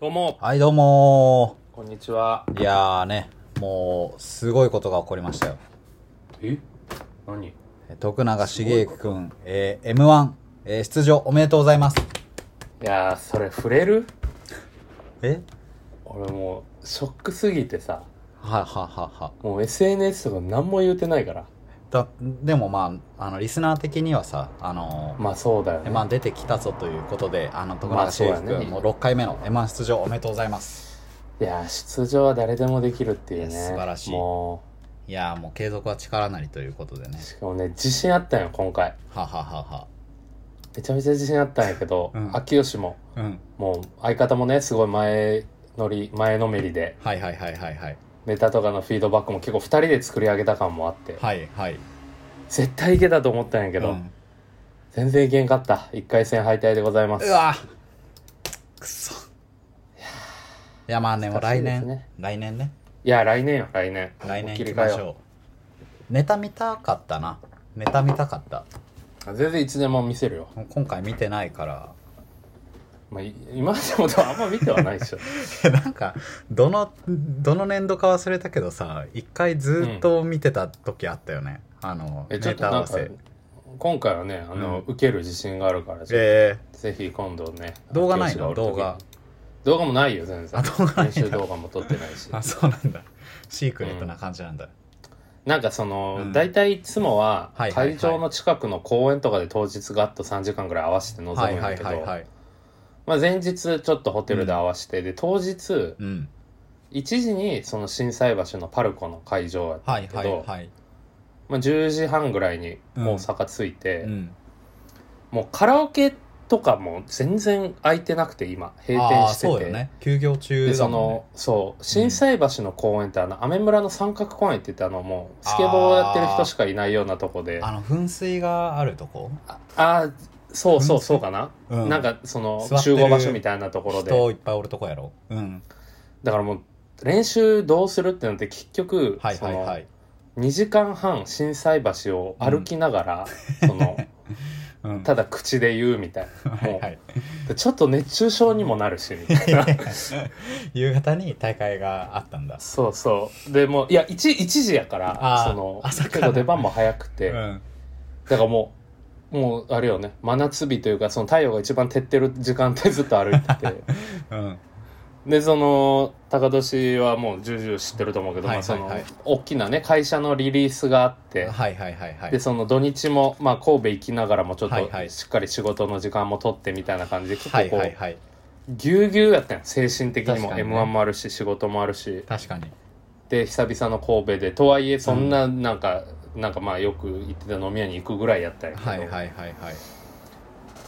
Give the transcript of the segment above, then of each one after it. どうも、はい、どうもこんにちは。ー。いやーね、もう、すごいことが起こりましたよ。え何え徳永茂之くん、えー M1、えー出場おめでとうございます。いやー、それ触れるえ俺もう、ショックすぎてさ、はははは。もう SNS とか何も言うてないから。だ、でもまあ、あの、リスナー的にはさ、あのーまあそうだよね。 M1 出てきたぞということで、あの、徳まあ永そう茂だ之ねくん、もう6回目の M1 出場おめでとうございます。いやー、出場は誰でもできるっていうね。いや素晴らしいもいやーもう継続は力なりということでねう、。しかもね、自信あったんよ、今回。はははは。めちゃめちゃ自信あったんやけど、うん秋吉も、うん。もう相方もね、すごい前乗り、前のめりで、はいはいはいはいはい。ネタとかのフィードバックも結構二人で作り上げた感もあって、はいはい。絶対いけたと思ったんやけど、うん全然いけんかった。一回戦敗退でございますう。わくそいやまあねもう難し来いです年、ね来年ねいや、来年よ、来年。来年切行りき替まえしよょうネタ見たかったなネタ見たかったう。全然いつでも見せるよ。今回見てないから まあ、い今までもでもあんま見てはないでし ょ。なんかどのどの年度か忘れたけどさ一回ずっと見てた時あったよね、あのえ、ちょっネとタ合なんわかせ、今回はね、あの、う受ける自信があるから、ぜえひ今度ね。動画な教いの師がおる動画時に。動画もないよ、全然。あ動画ない編集動画も撮って ないしー、。あそうなんだシークレットな感じなんだ、なんかその、うん大体いつもは、はいはいは会い場の近くの公園とかで当日ガッと3時間ぐらい合わせて臨むんはだいけど、はいはいはいまあ前日ちょっとホテルで合わせて、で、当日、うん1時にその震災橋のパルコの会場やったはんいやけど、はいはいまあ、10時半ぐらいにうん大阪着いて、うんもうカラオケとかも全然空いてなくて今閉あ店あしててそうよね休業中でだそもんねのそう心斎橋の公園ってあの雨村の三角公園って言ってあのもうスケボーをやってる人しかいないようなとこでああの噴水があるとこ、あーそうそ噴う水そうかな、うなんかその座って集る合場所みたいなところで人いっぱいおるとこやろうんだからもう練習どうするってなって結局、はいはいはいその2時間半心斎橋を歩きながら、そのうんただ口で言うみたいな。はいもう はいでちょっと熱中症にもなるし、みたい な。夕方に大会があったんだそうそう。でもう、いや、1, 一時やからあ、ーその、朝から結構出番も早くて、うんだからもう、もう、あれよね、真夏日というか、その太陽が一番照ってる時間帯ずっと歩いて て、うんで、その、高年はもう重々知ってると思うけど、はいまあそのはいはい、大きなね、会社のリリースがあって、はいはいはいはいで、その土日も、まあ、神戸行きながらもちょっはいはと、いしっかり仕事の時間も取ってみたいな感じで、結は構いこう、はいはいぎゅうぎゅうやったんよ精神的にも確かに m ね1もあるし仕事もあるし確かにで久々の神戸でとはいえそんななんか、なんかまあよく行ってた飲み屋に行くぐらいやったんやけど、はいはいはいはい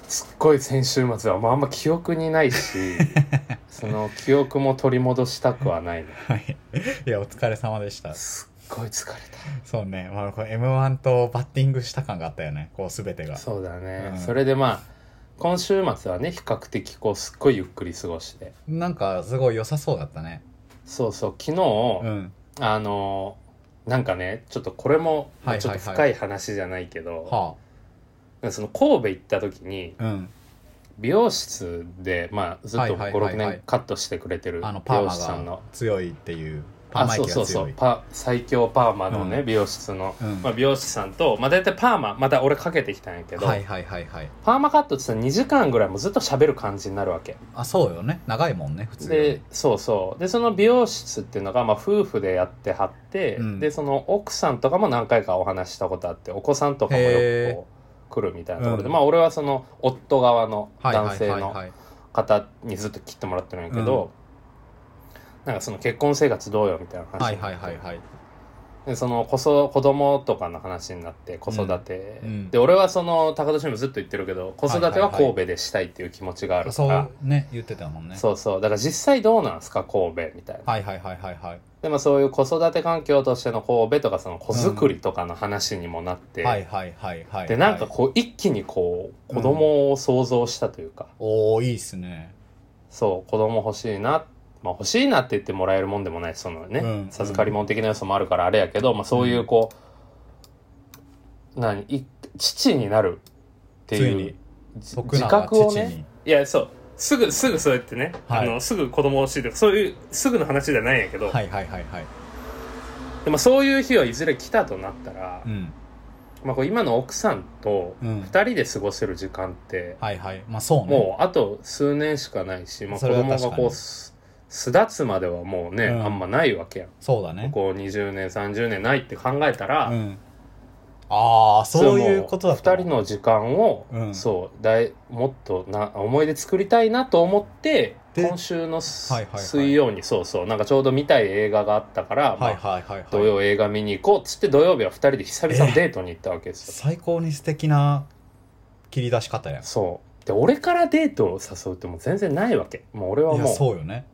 すっごい先週末はもうあんま記憶にないし その記憶も取り戻したくはないのはい いやお疲れ様でしたすっごい疲れそうね、まあ、これ m 1とバッティングした感があったよねこう全てがたそうだね、うんそれでまあ今週末はね比較的こうすっごいゆっくり過ごしてなんかすごい良さそうだったねそうそう昨日、うんあのなんかねちょっとこれも、まあはいはいはいちょっと深い話じゃないけど、はその神戸行った時にあうん美容室で、まあ、ずっとはいはいはいは56い年カットしてくれてるあの美パー容マ師さんがの強いっていうパーあマそ液うそがうそ強ういパ最強パーマのね、うん美容室の、うんまあ、美容師さんと、まあ、大体パーマまた俺かけてきたんやけど、はいはいはいはいパーマカットってさ2時間ぐらいもずっと喋る感じになるわけあそうよね長いもんね普通よりでそうそうでその美容室っていうのが、まあ、夫婦でやってはって、うんでその奥さんとかも何回かお話ししたことあってお子さんとかもよへくーこう来るみたいなところで、うんまあ俺はその夫側のはいは男い性はいのはい方にずっと切ってもらってるんやけど、なんかその結婚生活どうよみたいな話はいになはっいてはいはいでその子そ子供とかの話になって子育て、うんうんで俺はその高田氏もずっと言ってるけど子育ては神戸でしたいっていう気持ちがあるから、そうね言ってたもんねそうそうだから実際どうなんですか神戸みたいな、はいはいはいはいはいでもそういう子育て環境としての神戸とかその子作りとかの話にもなって、はいはいはいはいでなんかこう一気にこう子供を想像したというか、おおいいっすねそう子供欲しいな、まあ、欲しいなって言ってもらえるもんでもないそのね、うん授かり物的な要素もあるからあれやけど、まあ、そういうこう、何い父になるってついいうにじ徳自永覚を父ねにいやそうすぐ、すぐそうやってね、はいあの、すぐ子供欲しいとか、そういう、すぐの話じゃないんやけど、はいはいはいはいでもそういう日はいずれ来たとなったら、うんまあこう今の奥さんとうん二人で過ごせる時間って、はいはいまあそうねもうあと数年しかないし、まあ子それは供確かがにこう、す巣立つまではもうね、うんあんまないわけやん。そうだねこう20年、30年ないって考えたら、うんああそういうことだった2人の時間を、うんそうだいもっとな思い出作りたいなと思ってで今週のす、はいはいはい水曜にそうそうなんかちょうど見たい映画があったから、はいまあはいはいはい土曜映画見に行こうっつって土曜日は2人で久々のデートに行ったわけですよ、最高に素敵な切り出し方やんそうで俺からデートを誘うってもう全然ないわけもう俺はいやもうそうよね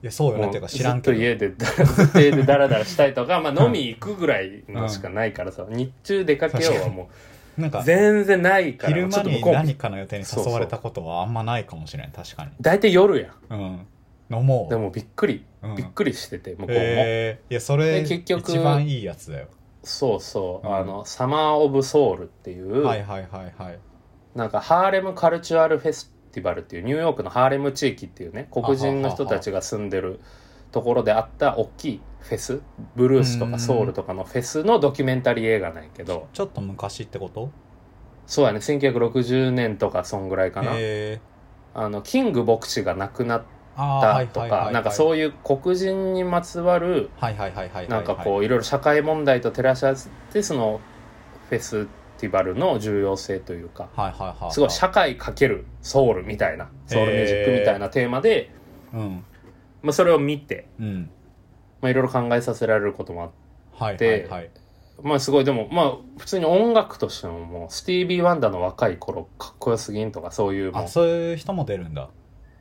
いやそうよねもっていううかず知らんっけとど家でだずっと家でダラダラしたいと か、まあ、飲み行くぐらいのしかないからさ、日中出かけようはもなんうか全然ないから昼ちょ間っと向にこうも何かの予定に誘われたことはあんまないかもしれん確かに大体夜やんうん飲もうでもびっくりうんびっくりしてて向こうも、えーいやそれで結局一番いいやつだよそうそう、うんあのサマー・オブ・ソウルっていう、はいはいはいはいなんかハーレム・カルチュアル・フェスティバルっていうニューヨークのハーレム地域っていうね黒人の人たちが住んでるところであった大きいフェスブルースとうかんソウルとかのフェスのドキュメンタリー映画なんやけどちょっと昔ってことそうやね1960年とかそんぐらいかな、えあのキング牧師が亡くなっー、あーはたいとはいはいかはいなんかそういう黒人にまつわるはいはいはいはいはいなんかこういろいろ社会問題と照らし合わせてそのフェスティバルの重要性というかはいはいはいすごい社会かけるソウルみたいなソウルミュージックみたいなテーマで、うんまあ、それを見てうんまあいろいろ考えさせられることもあって。はいはでいはいまあすごいでもまあ普通に音楽としてももうスティービー・ワンダの若い頃かっこよすぎんとかそういうもうあそういう人も出るんだ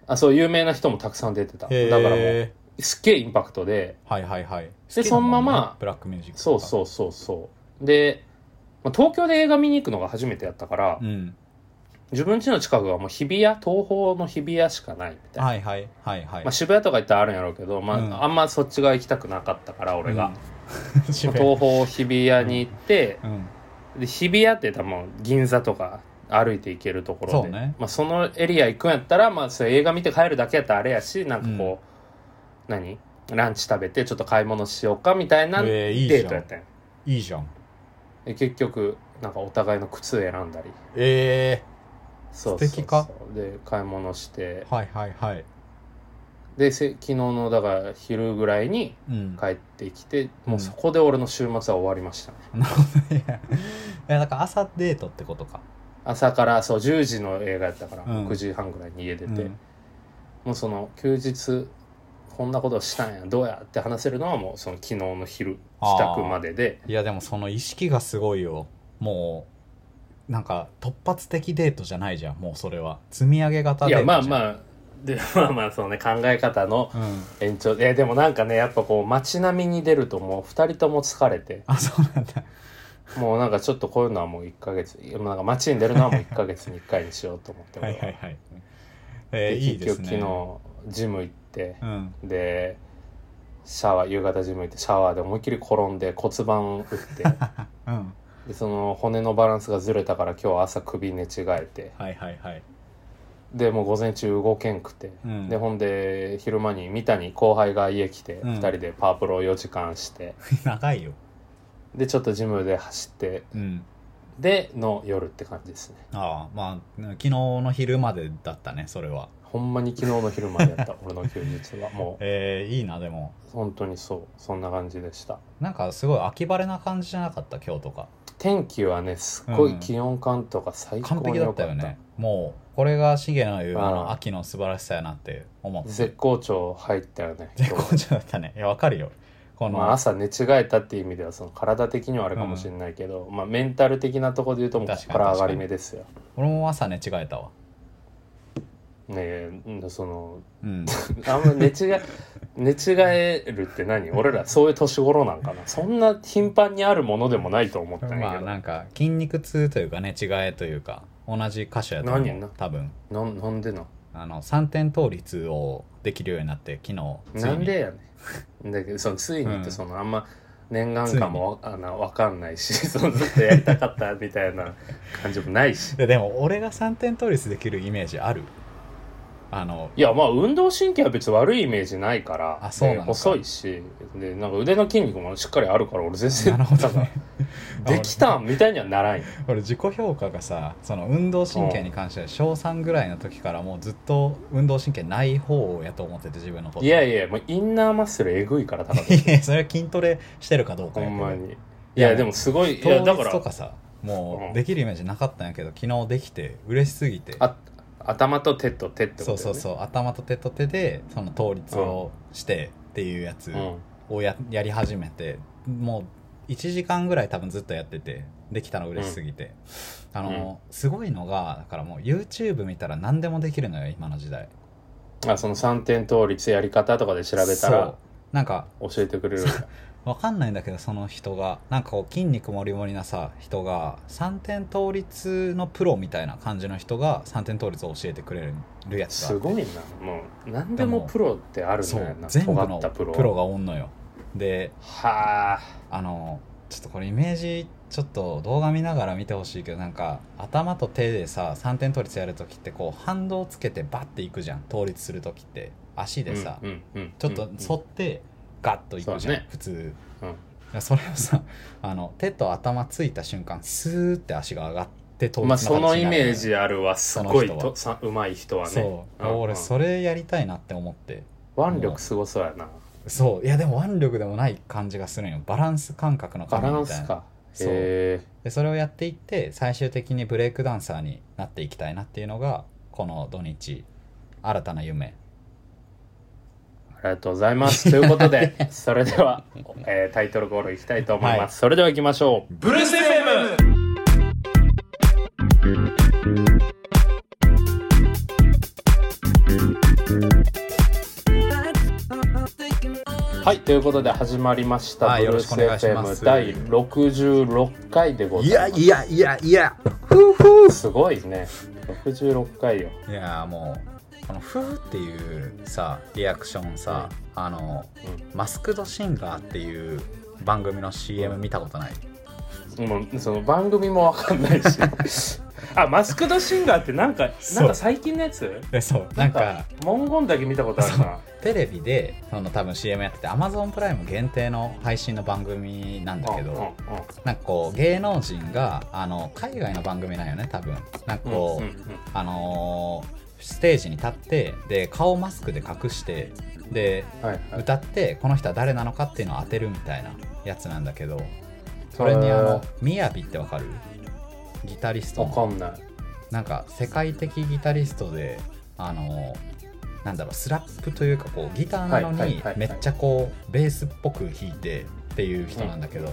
あそう有名な人もたくさん出てただへーからもうすっげえインパクトではいはいはいでそのままブラックミュージックそうそうそうそうで、まあ、東京で映画見に行くのが初めてやったから、うん自分家の近くはもう日比谷東方の日比谷しかないみたいな、はいはいはいはいまあ、渋谷とか行ったらあるんやろうけど、まあうんあんまそっち側行きたくなかったから俺が、まうん 渋あ谷東方日比谷に行って、うんで日比谷って多分銀座とか歩いて行けるところでそうねまあ、そのエリア行くんやったら、まあ、それ映画見て帰るだけやったらあれやしなんかこう、何ランチ食べてちょっと買い物しようかみたいなデえーいいじゃんートやったんやいいじゃんで結局なんかお互いの靴選んだりえそうそう素そう敵かで買い物してー、はいはいはいでせ昨日のだから昼ぐらいにうん帰ってきて、もううんそこで俺の週末は終わりましたね いやいやだから朝デートってことか、朝からそう10時の映画やったから、うん9時半ぐらいに家出うて、ん、もうその休日こんなことしたんやどうやって話せるのはもうその昨日の昼あー帰宅まででいやでもその意識がすごいよもうなんか突発的デートじゃないじゃんもうそれは積み上げ型いデーやトじまゃあんまあで まあまあそのね考え方のあうん延長ででもなんかねやっぱこう街並みに出るともう2人とも疲れてあそうなんだもうなんかちょっとこういうのはもう1ヶ月いやもうなんか街に出るのはもう1ヶ月に1回にしようと思ってはいはいはいえー、でいいで結す局ね昨日ジム行ってうんでシャワー夕方ジム行ってシャワーで思いっきり転んで骨盤打ってうんでその骨のバランスがずれたから今日朝首寝違えてはいはいはいでもう午前中動けんくて、うんでほんで昼間に三谷後輩が家来てうん2人でパワープロ4時間して、長いよでちょっとジムで走ってうんでの夜って感じですねああまあ昨日の昼までだったねそれはほんまに昨日の昼間やった 俺の休日はもうえー、いいなでも本当にそうそんな感じでしたなんかすごい秋晴れな感じじゃなかった今日とか天気はねすっごういん気温感とか最高完に璧だ良ったかよった,、ねもうこれがシゲの言うあうんの秋の素晴らしさやなって思って絶好調入ったよね絶今好日調だったねいやわかるよこの、まあ、朝寝違えたっていう意味ではその体的にはあれかもしれないけど、まあ、メンタル的なところで言うともうこ確かこにから上がり目ですよ。俺も朝寝違えたわねえうんそのうん あんま寝違 え寝違えるって何俺らそういう年頃なんかなそんな頻繁にあるものでもないと思ったんやまけあど、なんか筋肉痛というか寝違えというか同じ箇所やと思何なう多分なんなんでなあの3点倒立をできるようになって昨日ついになんでやねんだけどそのついにっうてんその、あんま念願感もわあのわかんないし そのずっとやりたかったみたいな感じもないしいやでも俺が3点倒立できるイメージある あのいやまあ運動神経は別に悪いイメージないからあそうなのかで細いしでなんか腕の筋肉もしっかりあるから俺全然なるほどなねんかできたんみたいにはならんよ俺自己評価がさその運動神経に関しては小3ぐらいの時からもうずっと運動神経ない方やと思ってて自分のこといやいややもうインナーマッスルえぐいから高田いやそれ は筋トレしてるかどうかほやけんまどにいやでもすごいいやだ当か日とらかさもうんうできるイメージなかったんやけど昨日できて嬉しすぎてあ頭と手と手ってことだそようねそうそう頭と手と手でその倒立をしてっていうやつうんをややり始めてもう1時間ぐらい多分ずっとやっててできたの嬉しすぎて、あの、すごいのがだからもう YouTube 見たら何でもできるのよ今の時代あその3点倒立やり方とかで調べたそうらなんか教えてくれるわかんないんだけどその人がなんかこう筋肉もりもりなさ人が3点倒立のプロみたいな感じの人が3点倒立を教えてくれるやつがあすってごいなもう何でもプロってあるんそだような全部尖のったプロプロがおんのよではああのちょっとこれイメージちょっと動画見ながら見てほしいけどなんか頭と手でさ3点倒立やるときってこう反動つけてバッていくじゃん倒立するときって足でさ、うんうんうんちょっと反ってガッといくそじうゃん、だね普通それをさ あの手と頭ついた瞬間スーって足が上がって倒うんまあ立そのイメーねジあるわすごいその人とはさうまい人はねそう、んん俺それやりたいなって思って腕力すごそうやなそういやでも腕力でもない感じがするんよバランス感覚のバ感ランみたいスなかそうへでそれをやっていって最終的にブレイクダンサーになっていきたいなっていうのがこの土日新たな夢えありがとうございますということで それでは、えータイトルコールいきたいと思います、はいそれでは行きましょうブルース FM! はいということで始まりました「はいブルースよろしくお願いします FM」第66回でございますやいやいやすごいね66回よいやもうこの「フー」っていうさリアクションさ、あのマスクドシンガーっていう番組の CM 見たことない、もうその番組もわかんないし あマスクドシンガーってなんかそうなんか最近のやつえそうなんか文言だけ見たことあるなテレビでその多分 CM やってて Amazon プライム限定の配信の番組なんだけど、うんうんなんかこう芸能人があの海外の番組なんよね多分なんかうんこう、うんうんあのーステージに立ってで顔マスクで隠してではいはい歌ってこの人は誰なのかっていうのを当てるみたいなやつなんだけどそれにあの「みやび」ってわかるギタリストわかのんないなんか世界的ギタリストであのーなんだろうスラップというかこうギターなのはいはいにはいはいめっちゃこうベースっぽく弾いてっていう人なんだけど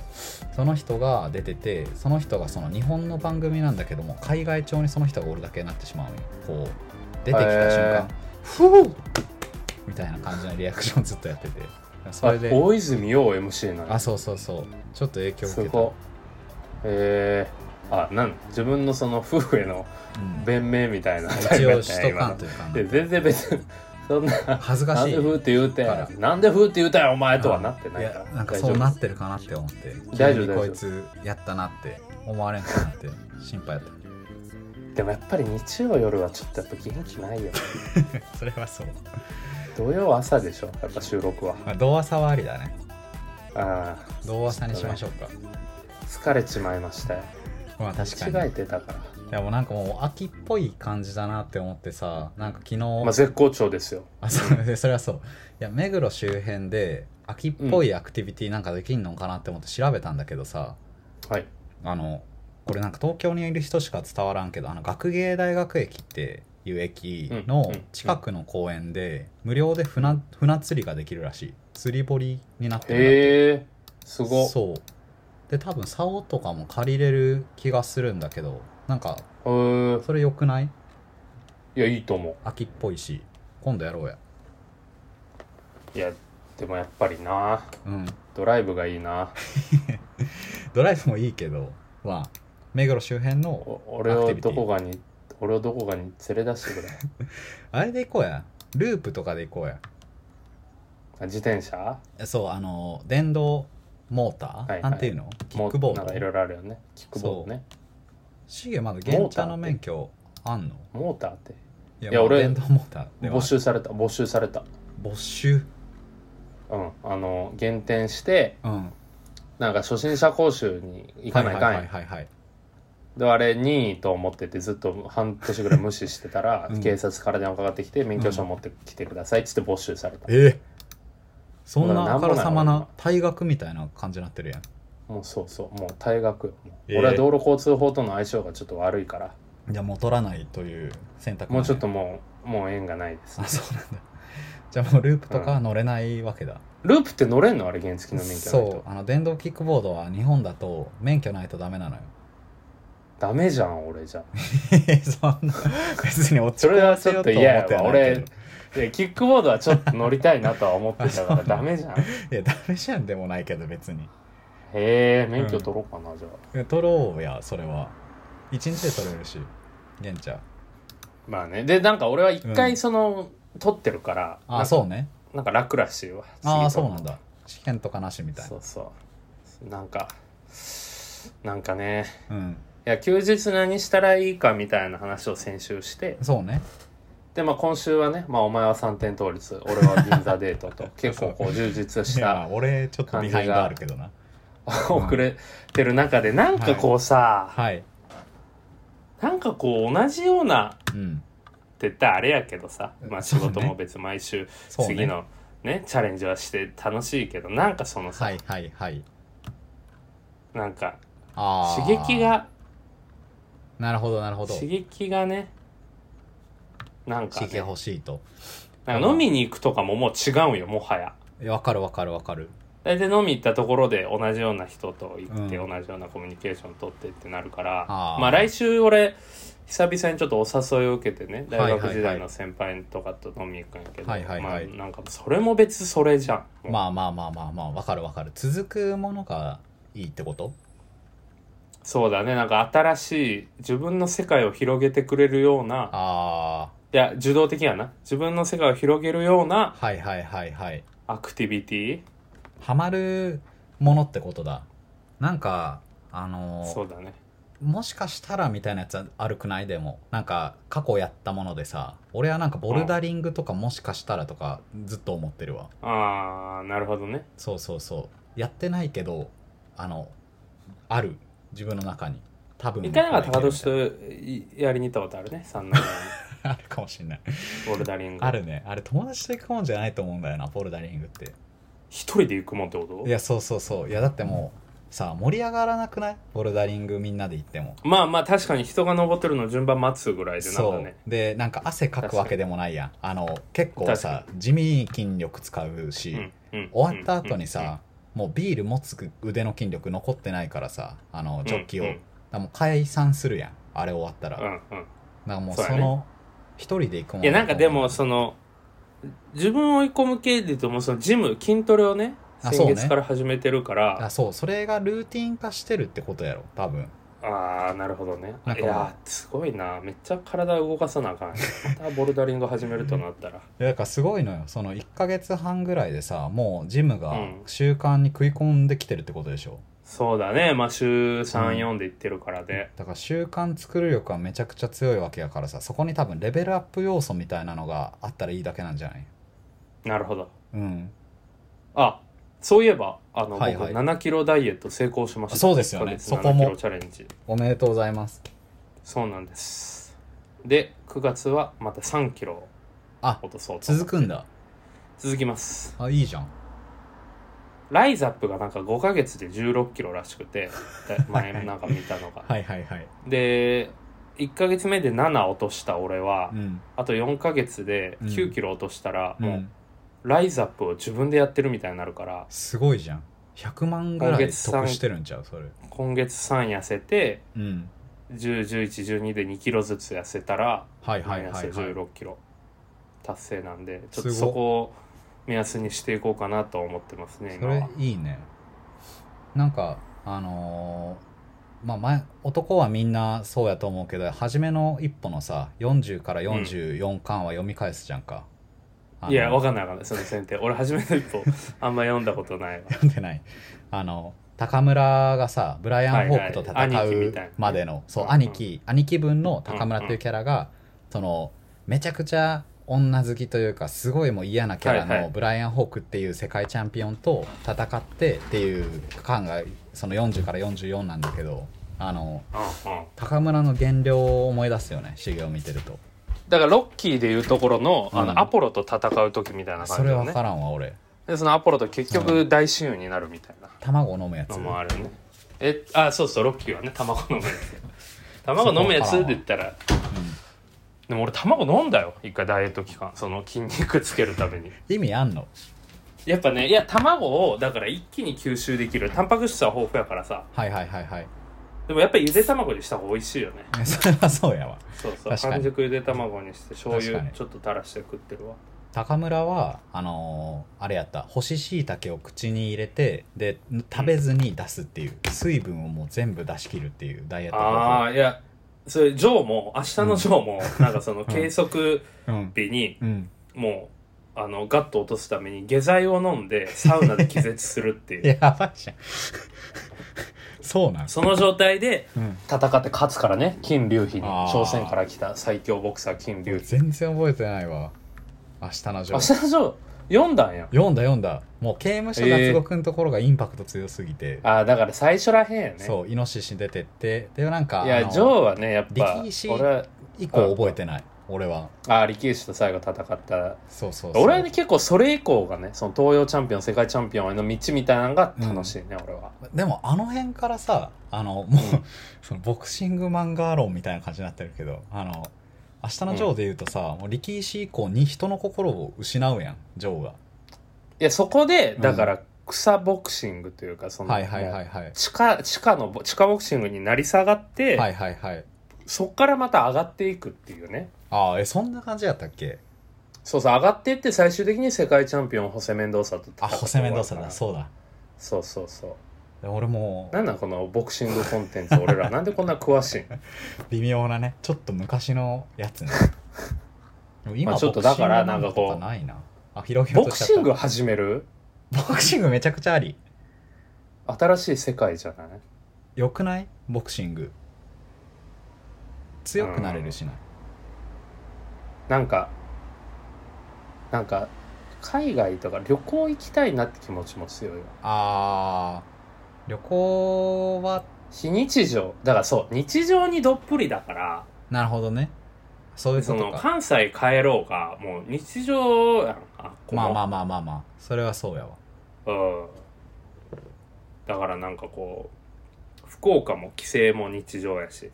その人が出ててその人がその日本の番組なんだけども海外調にその人がおるだけになってしまうのよこう出てきた瞬間へ「ふう!」みたいな感じのリアクションずっとやっててそれあで大泉洋 MC なあのそうそうそうちょっと影響を受すけたごえー、あなん自分のその夫婦へのうん弁明みたいな一応しと今かんのというかいや全然別にそんな恥ずなんかしいで風って言うてからなんで風って言うたんやお前とはなってないやからなんか大そ丈う夫なってるかなって思って大丈夫急に大丈夫こいつやったなって思われんかなって心配だっ でもやっぱり日曜夜はちょっとやっぱ元気ないよねたそれはそう、土曜朝でしょやっぱ収録はまあ、同朝はありだねあ同朝にしましょうかあ疲れちまいましたよまあ確かに間違えてたからいやもうなんかもう秋っぽい感じだなって思ってさなんか昨日、まあ絶好調ですよ あそうでそれはそういや目黒周辺で秋っぽいアクティビティなんかできんのかなって思って調べたんだけどさ、はいあのこれなんか東京にいる人しか伝わらんけどあの学芸大学駅っていう駅うんのうん近くの公園で無料で船船釣りができるらしい釣り堀になってるんだってへえすごそうで多分竿とかも借りれる気がするんだけどなんかへーそれ良くないいやいいと思秋っぽいし今度やろうやういやでもやっぱりなうんドライブがいいなドライブもいいけどまあ目黒周辺のお俺アクテをィビテどィこかに俺をどこかに連れ出してく れあれで行こうやループとかで行こうやあ自転車そうあの電動モーター、いはいなんていうのキックボもうなんかいーろいドろあるよねキックボードねシゲまだ原チャの免許あんのモーターっていいいや俺電動モーターでは募集された募集された没収うんあの減点してうんなんか初心者講習に行かないかんはいやはいはいはい、はい、であれ2位と思っててずっと半年ぐらい無視してたら、うん警察から電話かかってきて免許証持ってきてくださいっつって募集された、えーそんなあからさまな退学みたいな感じになってるやんもうそうそうもう退学よもうえー俺は道路交通法との相性がちょっと悪いからじゃあもう取らないという選択、もうちょっともうもう縁がないですあそうなんだじゃあもうループとかは乗れないわけだ、ループって乗れんのあれ原付の免許ないそとうあの電動キックボードは日本だと免許ないとダメなのよダメじゃん俺じゃそんな別に落ちそれはちょっと嫌や込ませわようとは思ってないけ俺いやキックボードはちょっと乗りたいなとは思って たからダメじゃんへどいやダメじゃんでもないけど別にえ免許取ろうかな、じゃあいや取ろうやそれは一日で取れるし玄ちゃんまあねでなんか俺は一う回んその、取ってるからなんあかそうねなんか楽らしいわああ次そうとなんだ試験とかなしみたいそなうそうなんかなんかねうんいや休日何したらいいかみたいな話を先週してそうねで、まあ、今週はね、まあ、お前は3点倒立俺は銀座デート と結構こう充実しいやた俺ちょっとビハインドあるけどな 遅れてる中でなんかこうさ、はいなんかこう同じようなうっんて言ったらあれやけどさ、まあ、そ仕うね事も別に毎週そうね次のねチャレンジはして楽しいけどなんかそのさ、はいはいはいなんかああ刺激がなるほどなるほど刺激がねなんか,、刺激ねが、欲しいとなんか飲みに行くとかももう違うんよもはやいやわかるわかるわかる大体飲み行ったところで同じような人と行って、うん同じようなコミュニケーション取ってってなるからあーまあ来週俺久々にちょっとお誘いを受けてねはい大はいはい学時代の先輩とかと飲み行くんやけど、はいはいはいまあなんかそれも別それじゃん、もうまあまあまあまあまあわかるわかる続くものがいいってことそうだねなんか新しい自分の世界を広げてくれるようなあいや受動的やな自分の世界を広げるようなあはいはいはいはいアクティビティハマるものってことだなんかあのそうだねもしかしたらみたいなやつあるくないでもなんか過去やったものでさ俺はなんかボルダリングとかもしかしたらとかずっと思ってるわああなるほどねそうそうそうやってないけどあのある自分の中に多分一回なんか高年俊といやりに行ったことあるね三男 あるかもしれないボルダリングあるねあれ友達と行くもんじゃないと思うんだよなボルダリングって一人で行くもんってこといやそうそうそういやだってもうさ盛り上がらなくないボルダリングみんなで行ってもまあまあ確かに人が登ってるの順番待つぐらいでなんかねそうでなんか汗かくわけでもないやんあの結構さ確地味に筋力使うし、うんうん終わった後にさ、もうビール持つ腕の筋力残ってないからさあのうんジョッキを、うだんからもう解散するやんあれ終わったら、うなんんうんかもうそうそやねの一、人で行くもんいやなんかでもだとその自分を追い込む系で言うともうそのジム筋トレをねあ先そうね月から始めてるか思うあらそうそれがルーティン化してるってことやろ多分あ、あーなるほどねいなやんかーすごいなめっちゃ体動かさなあかんよまたボルダリング始めるとなったらいやだからすごいのよその1ヶ月半ぐらいでさもうジムがうん習慣に食い込んできてるってことでしょ、そうだねまあ週うん34で行ってるからで、だから習慣作る力はめちゃくちゃ強いわけやからさそこに多分レベルアップ要素みたいなのがあったらいいだけなんじゃないなるほどうんあそういえばあの、はいはい僕7キロダイエット成功しましたあそうですよね1ヶ月そこも7キロチャレンジおめでとうございますそうなんですで9月はまた3キロあ落とそうと続くんだ続きますあいいじゃんライザップがなんか5ヶ月で1 6キロらしくて だ前なんか見たのがはいはいはいで1ヶ月目で7落とした俺は、うんあと4ヶ月でうん9キロ落としたら、うもんうライザップを自分でやってるみたいになるからすごいじゃん100万ぐらい得してるんちゃうそれ今月3痩せてうん101112で2キロずつ痩せたらはいはマいイナはスい、はい1、6キロ達成なんでちょっとすごそっこを目安にしていこうかなと思ってますねそ今れはいいねなんかあのーまあ前男はみんなそうやと思うけど初めの一歩のさ40から44巻は読み返すじゃんか、あのいやわかんないわかんないその先手 俺初めの一歩あんま読んだことないわ読んでないあの高村がさブライアン・ホークとはいはい兄貴戦みたいなうまでのそううんうん兄貴兄貴分の高村っていうキャラがそのめちゃくちゃ女好きというかすごいもう嫌なキャラはいはのいブライアン・ホークっていう世界チャンピオンと戦ってっていう感がその40から44なんだけどあのうんうん高村の減量を思い出すよね修行を見てるとだからロッキーでいうところのあの、うんアポロと戦う時みたいなそ感じれだ分かねらんわ俺でそのアポロと結局大親友になるみたいな卵飲むやつのもあるねえあそうそうロッキーはね卵飲むやつ卵飲むやつって言ったらでも俺卵飲んだよ一回ダイエット期間その筋肉つけるために意味あんのやっぱねいや卵をだから一気に吸収できるタンパク質は豊富やからさはいはいはいはいでもやっぱゆで卵にした方が美味しいよねねそれはそうやわそうそう確かに半熟ゆで卵にして醤油確かにちょっと垂らして食ってるわ高村はあのーあれやった干し椎茸を口に入れてで食べずに出すっていう水分をもう全部出し切るっていうダイエットああいやそれジョーも明日のジョーも、なんかその計測あうん日にうんもうあのガッと落とすために下剤を飲んでサウナで気絶するっていうや ばいじゃんそうなんその状態でうん戦って勝つからね金龍飛にあー朝鮮から来た最強ボクサー金龍飛全然覚えてないわ明日のジョ明ー日のジョー読んだんや読んだ読んだもう刑務所えー脱獄のところがインパクト強すぎて、ああだから最初らへんやねそうイノシシ出てってでなんかいあやのジョーはねやっぱ力士俺は以降覚えてない俺はあー力士と最後戦ったそうそうそう俺はね結構それ以降がねその東洋チャンピオン世界チャンピオンへの道みたいなのが楽しいね、俺はでもあの辺からさあのもう、うんそのボクシング漫画論みたいな感じになってるけどあの明日のジョーで言うとさ、もう力士以降に人の心を失うやんジョーがいやそこでうんだから草ボクシングというかその、はいはいはもいはいう地下地下の地下ボクシングになり下がって、はいはいはいそこからまた上がっていくっていうねああえそんな感じやったっけそうそう上がっていって最終的に世界チャンピオンホセメンドーサと戦あってホセメンドーサだ終わそうだるからそうそうそうで俺もなんなんこのボクシングコンテンツ俺らなんでこんな詳 しいん微妙なねちょっと昔のやつねで もまあちょっとだからなんかこうボクシング漫画とないなあ広げようボとクしちゃシったング始めるボクシングめちゃくちゃあり新しい世界じゃないよくないボクシング強くなれるしな、なんかなんか海外とか旅行行きたいなって気持ちも強いわあー旅行は非日常だからそう日常にどっぷりだからなるほどねそういうこそとのか関西帰ろうがもう日常やんあここまあまあまあまあまあそれはそうやわうんだからなんかこう福岡も帰省も日常やしい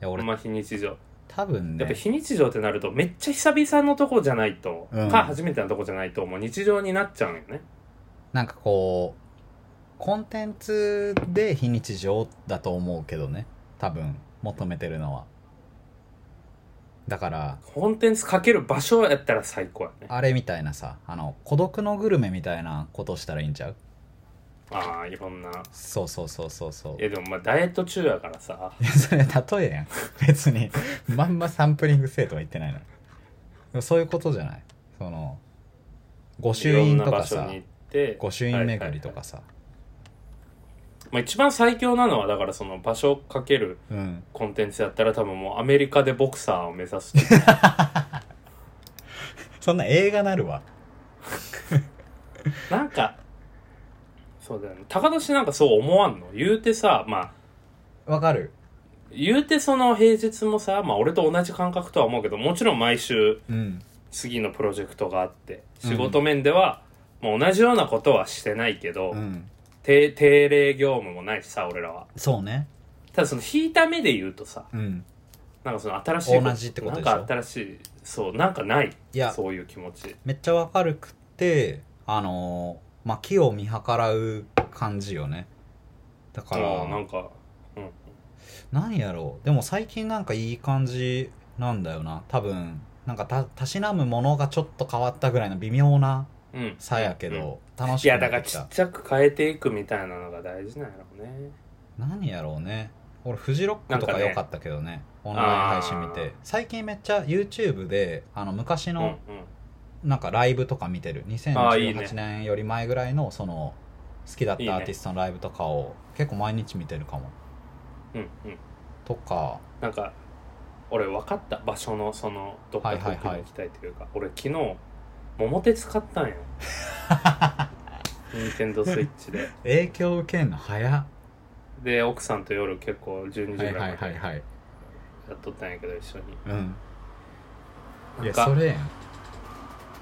や俺俺まあ非日常、多やっ分ぱね非日常ってなるとめっちゃ久々のとこじゃないと、うんか初めてのとこじゃないともう日常になっちゃうんよねなんかこうコンテンツで非日常だと思うけどね多分求めてるのはだからコンテンツかける場所やったら最高やねあれみたいなさあの孤独のグルメみたいなことしたらいいんちゃうああいろんなそうそうそうそうそうえでもまあダイエット中やからさいや それ例えやん別にまんまサンプリング生とは言ってないのにでもそういうことじゃないその御い朱ろん印なと場か所さに行って御朱印巡りとかさ、まあ、一番最強なのはだからその場所かけるうんコンテンツやったら多分もうアメリカでボクサーを目指す とそんな映画なるわなんかそうだよね高年なんかそう思わんの言うてさまあわかる言うてその平日もさまあ俺と同じ感覚とは思うけどもちろん毎週うん次のプロジェクトがあって仕事面では、もう同じようなことはしてないけど、うん定定例業務もないしさ俺らはそうねただその引いた目で言うとさうんなんかその新しいこと同じってことでしょなんか新しいそうなんかないいやそういう気持ちめっちゃわかるくってあのーまあ木を見計らう感じよねだかああならんか、うん、何やろうでも最近なんかいい感じなんだよな多分なんかたたしなむものがちょっと変わったぐらいの微妙なうん、さやけうんど、楽いしやくだなかっらてきちたっちゃく変えていくみたいなのが大事なんやろうね何やろうね俺フジロックとなかんかね良かったけどねオンライン配信見あーて最近めっちゃ YouTube であの昔うんうんのなんかライブとか見てるあーいいね2018年より前ぐらいのその好きだったいいねアーティストのライブとかを結構毎日見てるかもうんうんとかなんか俺分かった場所のそのどっかはい遠くはいにはい行きたいというか、俺昨日桃鉄買ったんよ 任天堂スイッチで影響受けんの早っで奥さんと夜結構12時ぐはらいいまはでいはいはいやっとったんやけど一緒に、うんいなんやかそれやん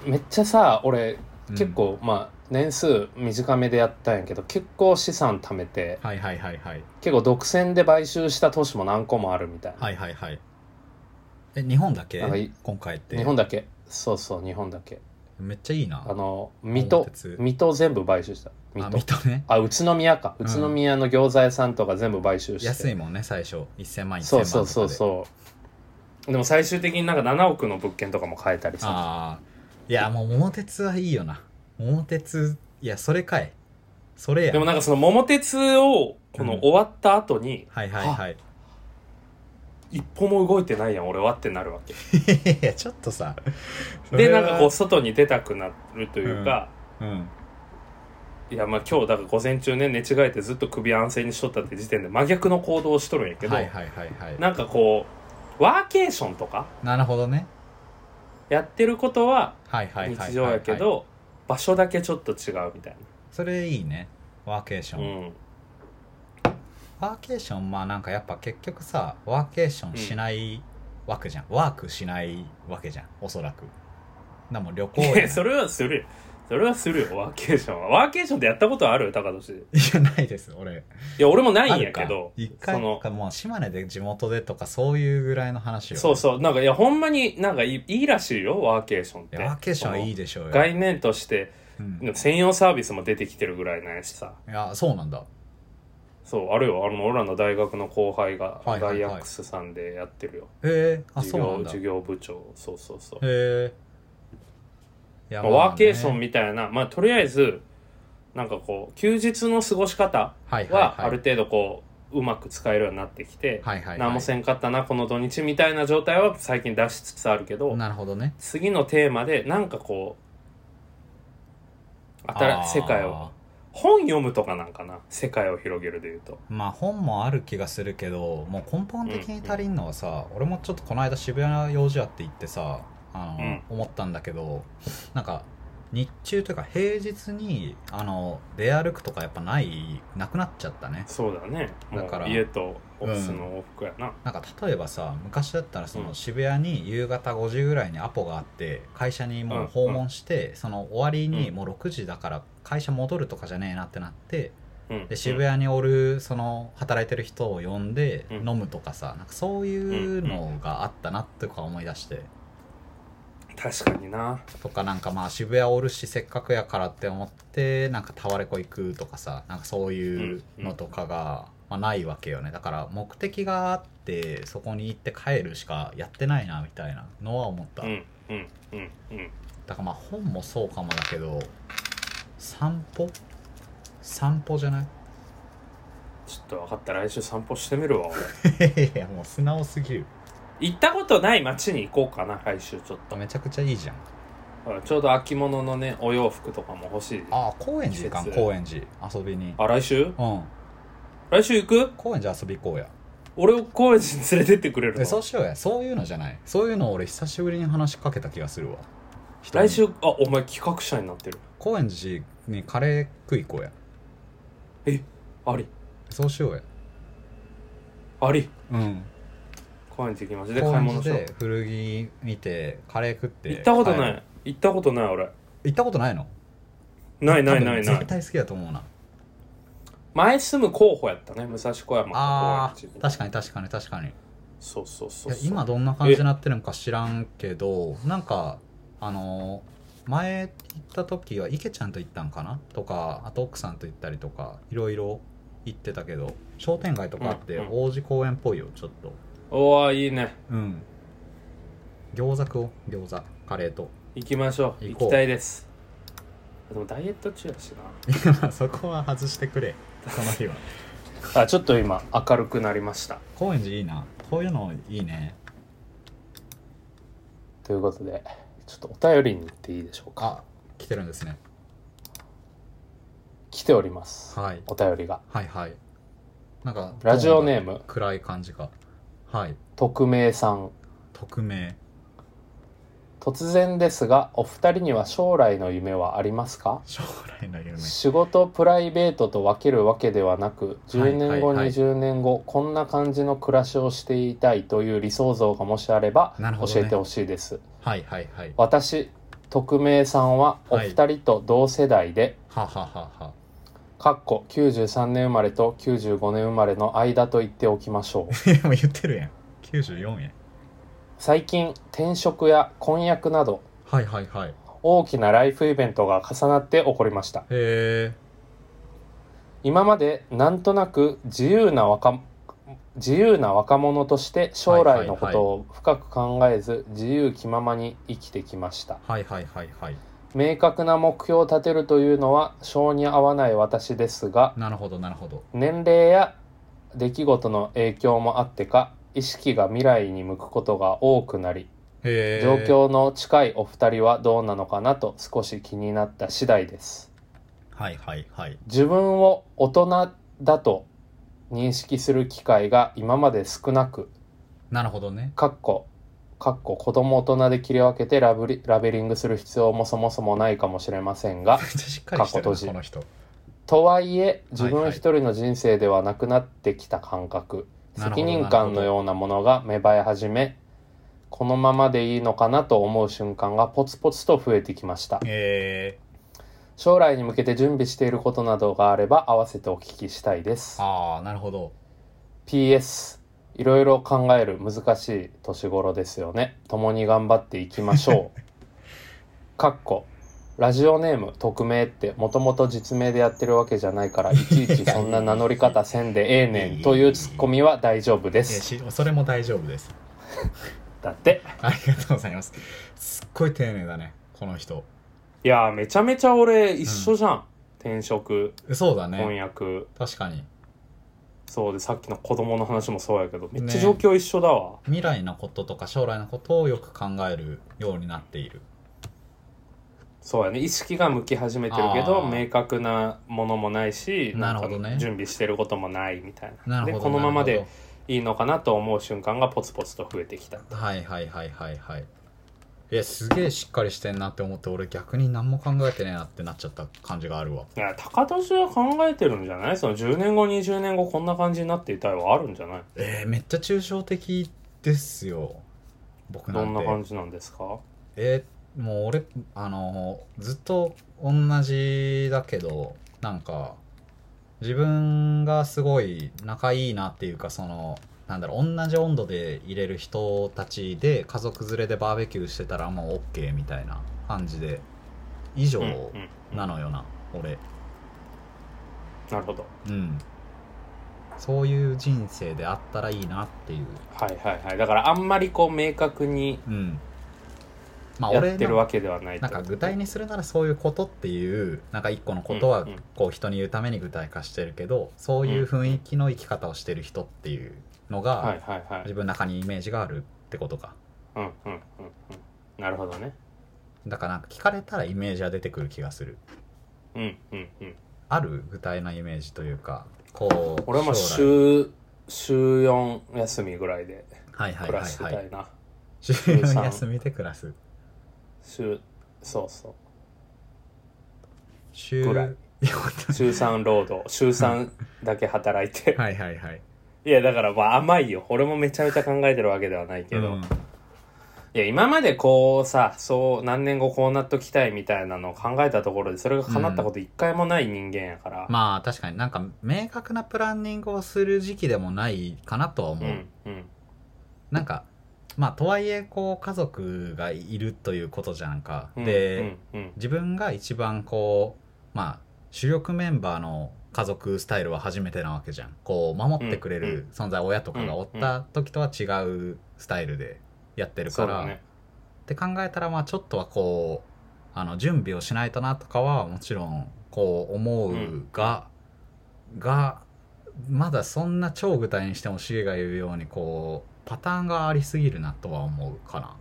めっちゃさ俺うん結構、まあ年数短めでやったんやけど結構資産貯めてはいはいはいはい結構独占で買収した投資も何個もあるみたいな、はいはいはいえ日本だけなんかい今回って日本だけそうそう日本だけめっちゃいいなあの水戸桃鉄水戸全部買収したあ水戸水戸ねあ宇都宮かう宇ん都宮の餃子屋さんとか全部買収して、安いもんね最初1000万1000そ万うそうそううそうでも最終的になんか7億の物件とかも買えたりさああいやもう桃鉄はいいよな桃鉄いやそれかいそれやでもなんかその桃鉄をこうんの終わった後に、はいはいはい一歩も動いてないやん俺はってなるわけ いやちょっとさでなんかこう外に出たくなるというか、ううんいやまあ今日だから午前中ね寝違えてずっと首安静にしとったって時点で真逆の行動をしとるんやけど、はいはいはいはいなんかこうワーケーションとかなるほどねやってることははいはいはいはいはい日常やけど場所だけちょっと違うみたいそれいいねワーケーシな、ョン、うん、ワーケーションまあなんかやっぱ結局さワーケーションしないわけじゃん、ワークしないわけじゃんおそらくでもう旅行やいなやそれはするよそれはするよワーケーションはワーケーションでやったことある高年い いやないです俺や俺もないあんるやかけど一そ回のかもう島根で地元でとかそういうぐらいの話よそうそうなんかいやほんまになんかいいいいらしいよワーケーションっいてやワーケーションはいいででしょうよ、概念としてうんでも専用サービスも出てきてるぐらいなんやしさいやそうなんだそうあるよあの俺らの大学の後輩がはいはガいはいイアックスさんでやってるよ、へえあそ授うな業んだ授へ業部長そうそうそうえいやまあワーケーションみみたいな、まあ、とりあえずなんかこう休日の過ごし方たいはある程度こううまく使えるようになってきて、はいはいはい何もせんかったなこの土日みたいな状態は最近出しつつあるけどなるほどね次のテーマでなんかこう新あー世界を本読むとかなんかな世界を広げるでいうとまあ本もある気がするけどもう根本的に足りんのはさ、俺もちょっとこの間渋谷用事あって行ってさあの、うん思ったんだけどなんか日中というか平日にあの出歩くとかやっぱないなくなっちゃったねそうだねもだからう家とオフィスの往復やな、なんか例えばさ昔だったらそうのん渋谷に夕方5時ぐらいにアポがあって会社にもう訪問して、その終わりにうんもう6時だから会社戻るとかじゃねえなってなってうんで渋谷におるその働いてる人を呼んでうん飲むとかさなんかそういうのがあったなとか思い出して確かになとかなんかまあ渋谷おるしせっかくやからって思ってなんかタワレコ行くとかさなんかそういうのとかがまあないわけよねだから目的があってそこに行って帰るしかやってないなみたいなのは思ったうだんうんうんうんからまあ本もそうかもだけど散歩散歩じゃない ちょっと分かった来週散歩してみるわ俺いやもう素直すぎる行ったことない街に行こうかな来週ちょっとめちゃくちゃいいじゃんほらちょうど秋物のねお洋服とかも欲しいああ高円寺か季節高円寺遊びにあ来週うん来週行く高円寺遊び行こうや俺を高円寺に連れてってくれるえそのうしようやそういうのじゃないそういうの俺久しぶりに話しかけた気がするわ人に来週あお前企画者になってる高円寺にカレー食い行こうやありそうしようやありうん高円寺行きましょうで高買い円物し寺ようで古着見てカレー食って行ったことな帰るい行ったことない俺行ったことないのないないない多分な絶い対好きだと思うな前住む候補やったね武蔵小山あかー高円寺確かに確かに確かにそうそうそいうやそう今どんな感じになってるのか知らんけどなんかあのー前行った時は池ちゃんと行ったんかなとかあと奥さんと行ったりとかいろいろ行ってたけど商店街とかあってうんうん王子公園っぽいよちょっとおおいいねうん餃子食おう餃子カレーと 行きましょう行行こうきたいですでもダイエット中やしそこは外してくれその日はなあちょっと今明るくなりました高円寺いいなこういうのいいねということでちょっとお便りに行っていいでしょうかあ来てるんですね来ておりますはいお便りがはいはいなんかラジオネムーム暗い感じがはい匿名さん匿名突然ですがお二人には将来の夢はありますか将来の夢仕事プライベートと分けるわけではなく10年後、はいはいはい20年後こんな感じの暮らしをしていたいという理想像がもしあればなるほどね教えてほしいです、はいはいはいは私匿名さんはお二人と同世代で、はははかっこ93年生まれと95年生まれの間と言っておきましょ ういやもう言ってるやん94円最近転職や婚約などはいはいはいへ大きなライフイベントが重なって起こりましたえ今までなんとなく自由な若自由な若者として将来のことを深く考えず自由気ままに生きてきましたはいはいはいはい明確な目標を立てるというのは性に合わない私ですがなるほどなるほど年齢や出来事の影響もあってか意識が未来に向くことが多くなりへえ状況の近いお二人はどうなのかなと少し気になった次第ですはいはいはい自分を大人だと認識する機会が今まで少なくなるほどねかっこかっこ子供大人で切り分けてラブリラベリングする必要もそもそもないかもしれませんが めっちゃしっかりしてる過去閉なじこの人とはいえ自はいは分い一人の人生ではなくなってきた感覚、なるほど責任感のようなものが芽生え始めこのままでいいのかなと思う瞬間がポツポツと増えてきましたへえ将来に向けて準備していることなどがあれば合わせてお聞きしたいですああなるほ ど PS いろいろ考える難しい年頃ですよね共に頑張っていきましょ うかっこラジオネーム匿名ってもともと実名でやってるわけじゃない からいちいちそんな名乗り方せんでええねんというツッコミは大丈夫でえすしそれも大丈夫ですだってありがとうございますすっごい丁寧だねこの人いやーめちゃめちゃ俺一緒じゃん、転職そうだ婚ね約確かにそうでさっきの子供の話もそうやけどめっちゃね状況一緒だわ、未来のこととか将来のことをよく考えるようになっているそうやね意識が向き始めてるけどあー明確なものもないしなるほどねんか準備してることもないみたいななるほどでこのままなるでほいいのかなと思う瞬間がポツポツと増えてきたどはいはいはいはいはいいやすげえしっかりしてんなって思って俺逆に何も考えてねえなってなっちゃった感じがあるわいや高年は考えてるんじゃないその10年後20年後こんな感じになっていたいはあるんじゃないえー、めっちゃ抽象的ですよ僕などんんなて感じなんですかえーもう俺あのーずっと同じだけどなんか自分がすごい仲いいなっていうかそのなんだろう同じ温度で入れる人たちで家族連れでバーベキューしてたらもう OK みたいな感じで以上うんうんなのよな、俺なるほどうんそういう人生であったらいいなっていうはいはいはいだからあんまりこう明確にうんまあや俺ってるのわけではないなんか具体ににするならそういうことっていうなんか一個のことうはんうんこう人に言うために具体化してるけどそういう雰囲気の生き方をしてる人っていうのはいがはいはい自分の中にイメージがあるってことかうんうんうんうんなるほどねだからなんか聞かれたらイメージは出てくる気がするうんうんうんある具体なイメージというかこう俺も将来週週4休みぐらいではいはい暮はらしてたいいな、はい週4休みで暮らす週そうそ週ぐらいいや本う週3労 働週3だけ働いて 当にはいはいはいいやだからまあ甘いよ俺もめちゃめちゃ考えてるわけではないけど、うんいや今までこうさそう何年後こうなっときたいみたいなのを考えたところでそれが叶ったこと一回もない人間やから、まあ確かになんか明確なプランニングをする時期でもないかなとはう思う、んうんなんかまあとはいえこう家族がいるということじゃんか、うんで、うんうん自分が一番こうまあ主力メンバーの家族スタイルは初めてなわけじゃんこう守ってくれうんる存在、親とかがおった時とは違うスタイルでやってるそかうら、だねって考えたらまあちょっとはこうあの準備をしないとなとかはもちろんこう思うが、がまだそんな超具体にしてもシゲが言うようにこうパターンがありすぎるなとは思うかな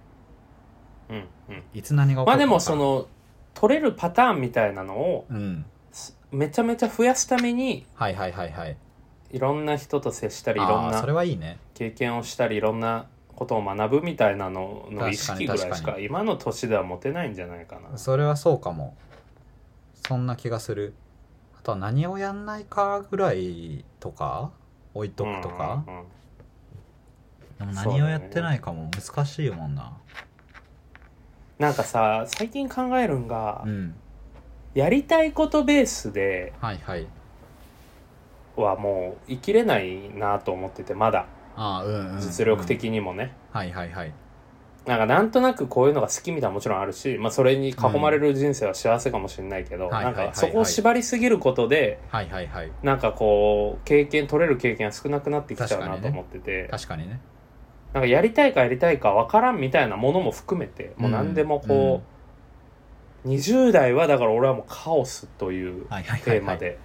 うんうんいつ何が起こまあるかでわもからそん、の取れるパターンみたいなのをうんすめちゃめちゃ増やすためにはいはいはいはいいろんな人と接したりいあろんあーそなれはいいね経験をしたりいろんなことを学ぶみたいなのの意識ぐらいし確かか今の年では持てないんじゃないかなそれはそうかもそんな気がするあとは何をやんないかぐらいとか置いとくとか、うんうんうんでもそうだ何ねをやってないかも難しいもんななんかさ最近考えるんが、うんやりたいことベースではいはいはもう生きれないなと思っててまだああうん、うん、実力うん的にもね、はいはいはいなんかなんとなくこういうのが好きみたいなのもちろんあるし、まあ、それに囲まれる人生は幸せかもしれないけど、はいなんはいかはいそこを縛りすぎることではいはいはいなんかこう経験取れる経験が少なくなってきちゃうなと思ってて、確かにねなんかやりたいかやりたいか分からんみたいなものも含めてもう何でもこう、20代はだから俺はもうカオスといううん、はいはいはい、テーはマい、で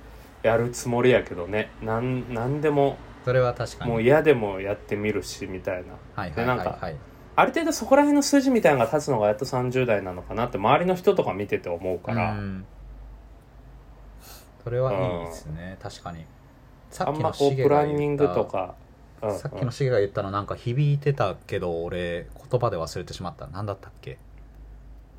やるつもりやけどね、なんなんでもそれは確かにもう嫌でもやってみるしみたいなはいはでいなはんいかはいある程度そこら辺の数字みたいなのが立つのがやっと30代なのかなって周りの人とか見てて思うから、うんそれはいいですね確かにさあっんきまのこうシゲプラがンニ言ンっグとたか、うんうんさっきのシゲが言ったのなんか響いてたけど俺言葉で忘れてしまった何だったっけ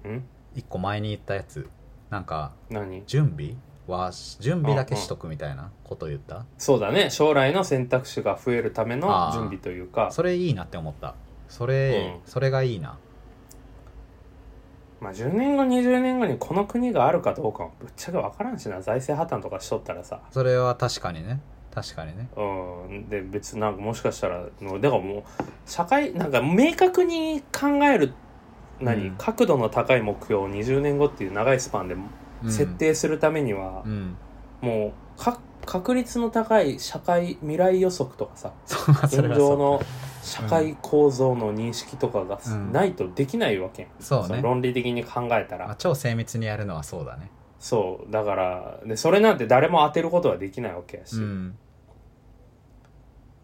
うん一個前に言ったやつなんか何準備は準備だけしとくみたいなこと言ったそうだね将来の選択肢が増えるためのあー準備というかそれいいなって思ったそれ、うんそれがいいなまあ、10年後20年後にこの国があるかどうかもぶっちゃけ分からんしな財政破綻とかしとったらさそれは確かにね確かにねうんで別になんかもしかしたらもうだからもう社会なんか明確に考える何、うん角度の高い目標を20年後っていう長いスパンでうん設定するためにはう、ん もうか確率の高い社会未来予測とかさそうそ現れ状はそうの社会構造の認識とかがうんないとできないわけやん、そうそのね論理的に考えたらまあ、超精密にやるのはそうだねそうだからでそれなんて誰も当てることはできないわけやし、うん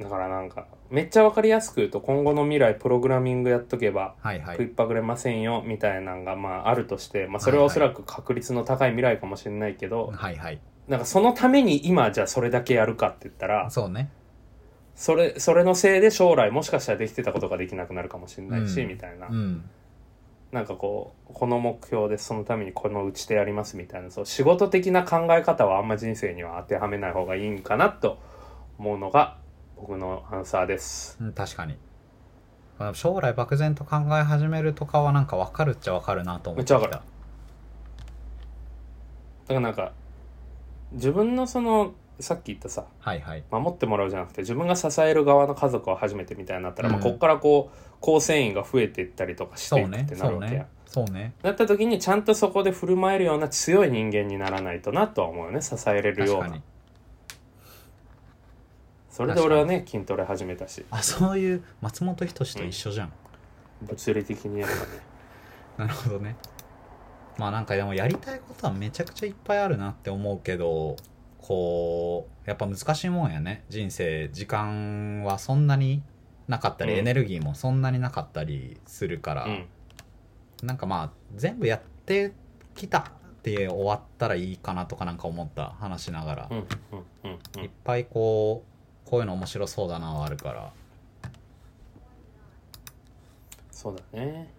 だからなんかめっちゃわかりやすく言うと今後の未来プログラミングやっとけばはいはい食いっぱぐれませんよみたいなんがまああるとして、まあ、それはおそらく確率の高い未来かもしれないけど、はいはいなんかそのために今じゃあそれだけやるかって言ったらそうねそれそれのせいで将来もしかしたらできてたことができなくなるかもしれないし、うんみたいな、うんなんかこうこの目標でそのためにこのうちでやりますみたいなそう仕事的な考え方はあんま人生には当てはめない方がいいんかなと思うのが僕のアンサーです。うん確かにまあ将来漠然と考え始めるとかはなんか分かるっちゃ分かるなと思ってきめっちゃただからなんか自分のそのさっき言ったさはいはい守ってもらうじゃなくて自分が支える側の家族を初めてみたいになったら、まうあんこっからこう構成員が増えていったりとかしてそいうくっねてなそるうわけや。ねそうねなった時にちゃんとそこで振る舞えるような強い人間にならないとなとは思うよね支えれるよ確うかなにそれで俺はね筋トレ始めたしあそういう松本人志と一緒じゃん、物理的にやっぱね なるほどねまあなんかでもやりたいことはめちゃくちゃいっぱいあるなって思うけどこうやっぱ難しいもんやね人生時間はそんなになかったり、うんエネルギーもそんなになかったりするから、うんなんかまあ全部やってきたって終わったらいいかなとかなんか思った話しながら、うんうんうんういっんぱいこうこういうの面白そうだなはあるからそうだね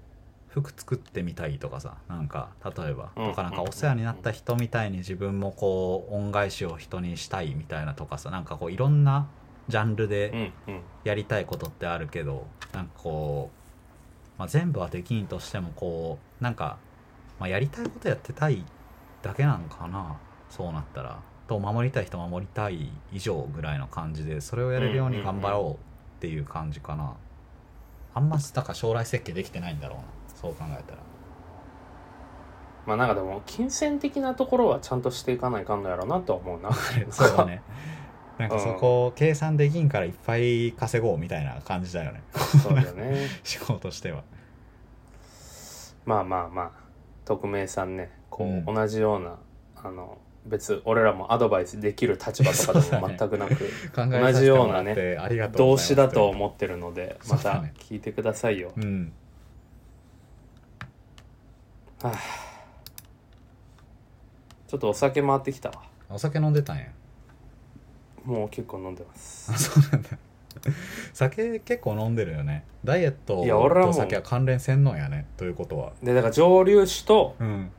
服作ってみたいとかさなんか例えばうんとかなんかお世話になった人みたいに自分もこう恩返しを人にしたいみたいなとかさなんかこういろんなジャンルうでんうんやりたいことってあるけどなんかこう、まあ、全部はできんとしてもこうなんか、まあ、やりたいことやってたいだけなんかなそうなったらと守りたい人守りたい以上ぐらいの感じでそれをやれるように頑張ろうっていう感じかな、あんまだから将来設計できてないんだろうなそう考えたらまあなんかでも金銭的なところはちゃんとしていかないかんのやろうなとは思う なそうだねなんかそこ計算できんからいっぱい稼ごうみたいな感じだよね そうだよね思考としてはまあまあまあ匿名さんねこう、うん同じようなあの別俺らもアドバイスできる立場とかでも全くな く、考同えさせじてようもらなっねてありがと動うございます詞だと思ってるのでまそうだたね聞いてくださいよ、うんはあ、ちょっとお酒回ってきたわお酒飲んでたんやもう結構飲んでます あそうなんだ酒結構飲んでるよねダイエットいや俺はもとう酒は関連せんのんやねということはでだから蒸留酒とうん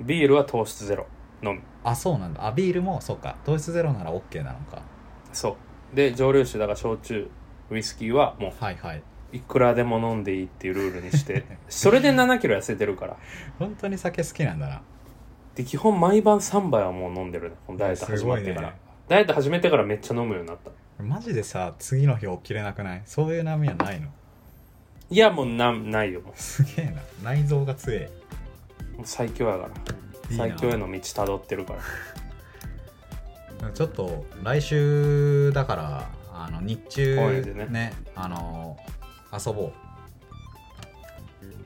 ビールは糖質ゼロのみあそうなんだあビールもそうか糖質ゼロなら OK なのかそうで蒸留酒だから焼酎ウイスキーはもはいはいういくらでも飲んでいいっていうルールにして それで7キロ痩せてるから本当に酒好きなんだなで基本毎晩3杯はもう飲んでるねこのダイエット始まってから、ダイエット始めてからめっちゃ飲むようになったマジでさ次の日起きれなくないそういう波はないのいやもうなんないよもすげえな内臓が強いうもう最強やからいいな最強への道たどってるからちょっと来週だからあの日公園で中ねねあの遊ぼう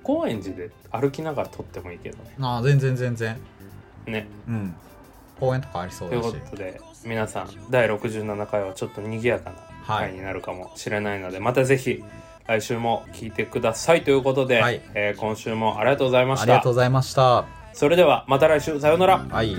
高円寺で歩きながら撮ってもいいけどねああ全然全然ねうん公園とかありそうといだうこしとで皆さん第67回はちょっと賑やかな回になるかもしれないので、またぜひ来週も聞いてくださいということで、はいえー今週もありがとうございまあしりがたとうございましたそれではまた来週さようならはい